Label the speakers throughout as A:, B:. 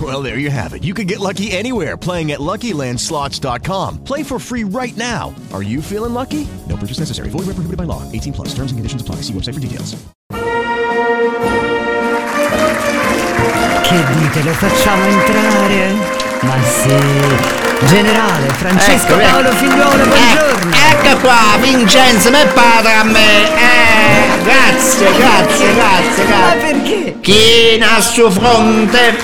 A: Well, there you have it. You can get lucky anywhere playing at LuckyLandSlots.com. Play for free right now. Are you feeling lucky? No purchase necessary. Void where prohibited by law. 18 plus. Terms and conditions apply. See website for details.
B: Che dite, lo facciamo entrare? Ma sì. Generale Francesco
C: Ecco,
B: Paolo
C: ecco.
B: Figliolo, buongiorno.
C: Eh, ecco qua, Vincenzo, mi padre a me. Eh, grazie, grazie, grazie,
B: Ma
C: grazie.
B: perché?
C: China su fronte.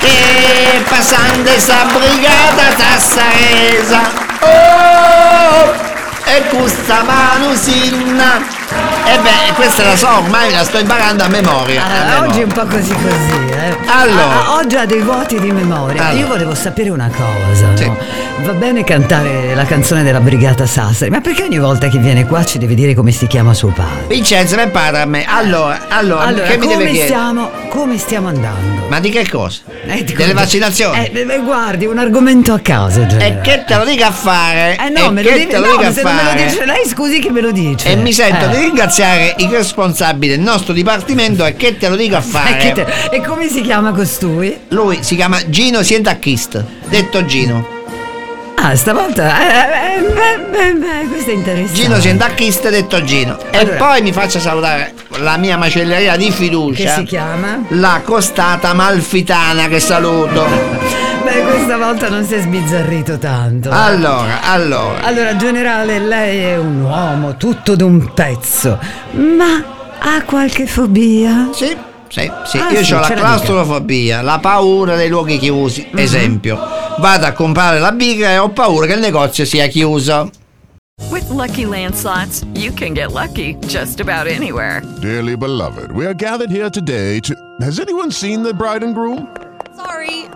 C: Che passante sta brigata sassaresa. Oh, e questa mano sinna. E beh, questa la so, ormai la sto imparando a memoria. a
B: Ah,
C: memoria.
B: oggi è un po' così così, eh.
C: Allora.
B: Ah, ah, ho già dei vuoti di memoria.
C: Allora.
B: Io volevo sapere una cosa. no?
C: Sì.
B: Va bene cantare la canzone della Brigata Sassari, ma perché ogni volta che viene qua ci deve dire come si chiama suo padre?
C: Vincenzo, mi padre a me. Allora, allora,
B: Allora,
C: che mi deve
B: come
C: chiedere?
B: stiamo, come stiamo andando?
C: Ma di che cosa?
B: Eh, ti-
C: Delle vaccinazioni?
B: Eh, beh, beh, guardi, un argomento a caso,
C: E
B: generale.
C: che te lo dica a fare?
B: Eh no,
C: E
B: me lo
C: che
B: devi,
C: te lo
B: no,
C: dica a
B: se non me
C: fare?
B: lo dice lei, scusi che me lo dice.
C: E mi sento
B: Eh.
C: di ringraziare i responsabili del nostro dipartimento e che te lo dica a
B: Eh,
C: fare?
B: che te- E come si chiama costui?
C: Lui si chiama Gino Sientacchist, detto Gino.
B: Ah, stavolta. eh, eh, beh, beh, beh, questo è interessante.
C: Gino Sientacchist, detto Gino. E
B: Allora.
C: poi mi faccia salutare la mia macelleria di
B: Che
C: fiducia.
B: si chiama?
C: La costata malfitana che saluto.
B: Beh, questa volta non si è sbizzarrito tanto.
C: Ah. Allora, allora.
B: Allora, generale, lei è un uomo tutto d'un pezzo, ma ha qualche fobia?
C: Sì, sì, sì.
B: Ah,
C: Io
B: sì,
C: ho la
B: ce la
C: claustrofobia, la paura dei luoghi chiusi.
B: Mhm.
C: Esempio, vado a comprare la birra e ho paura che il negozio sia chiuso.
D: With Lucky Land slots, you can get lucky just about anywhere.
E: Dearly beloved, we are gathered here today to. Has anyone seen the bride and groom?
F: Sorry,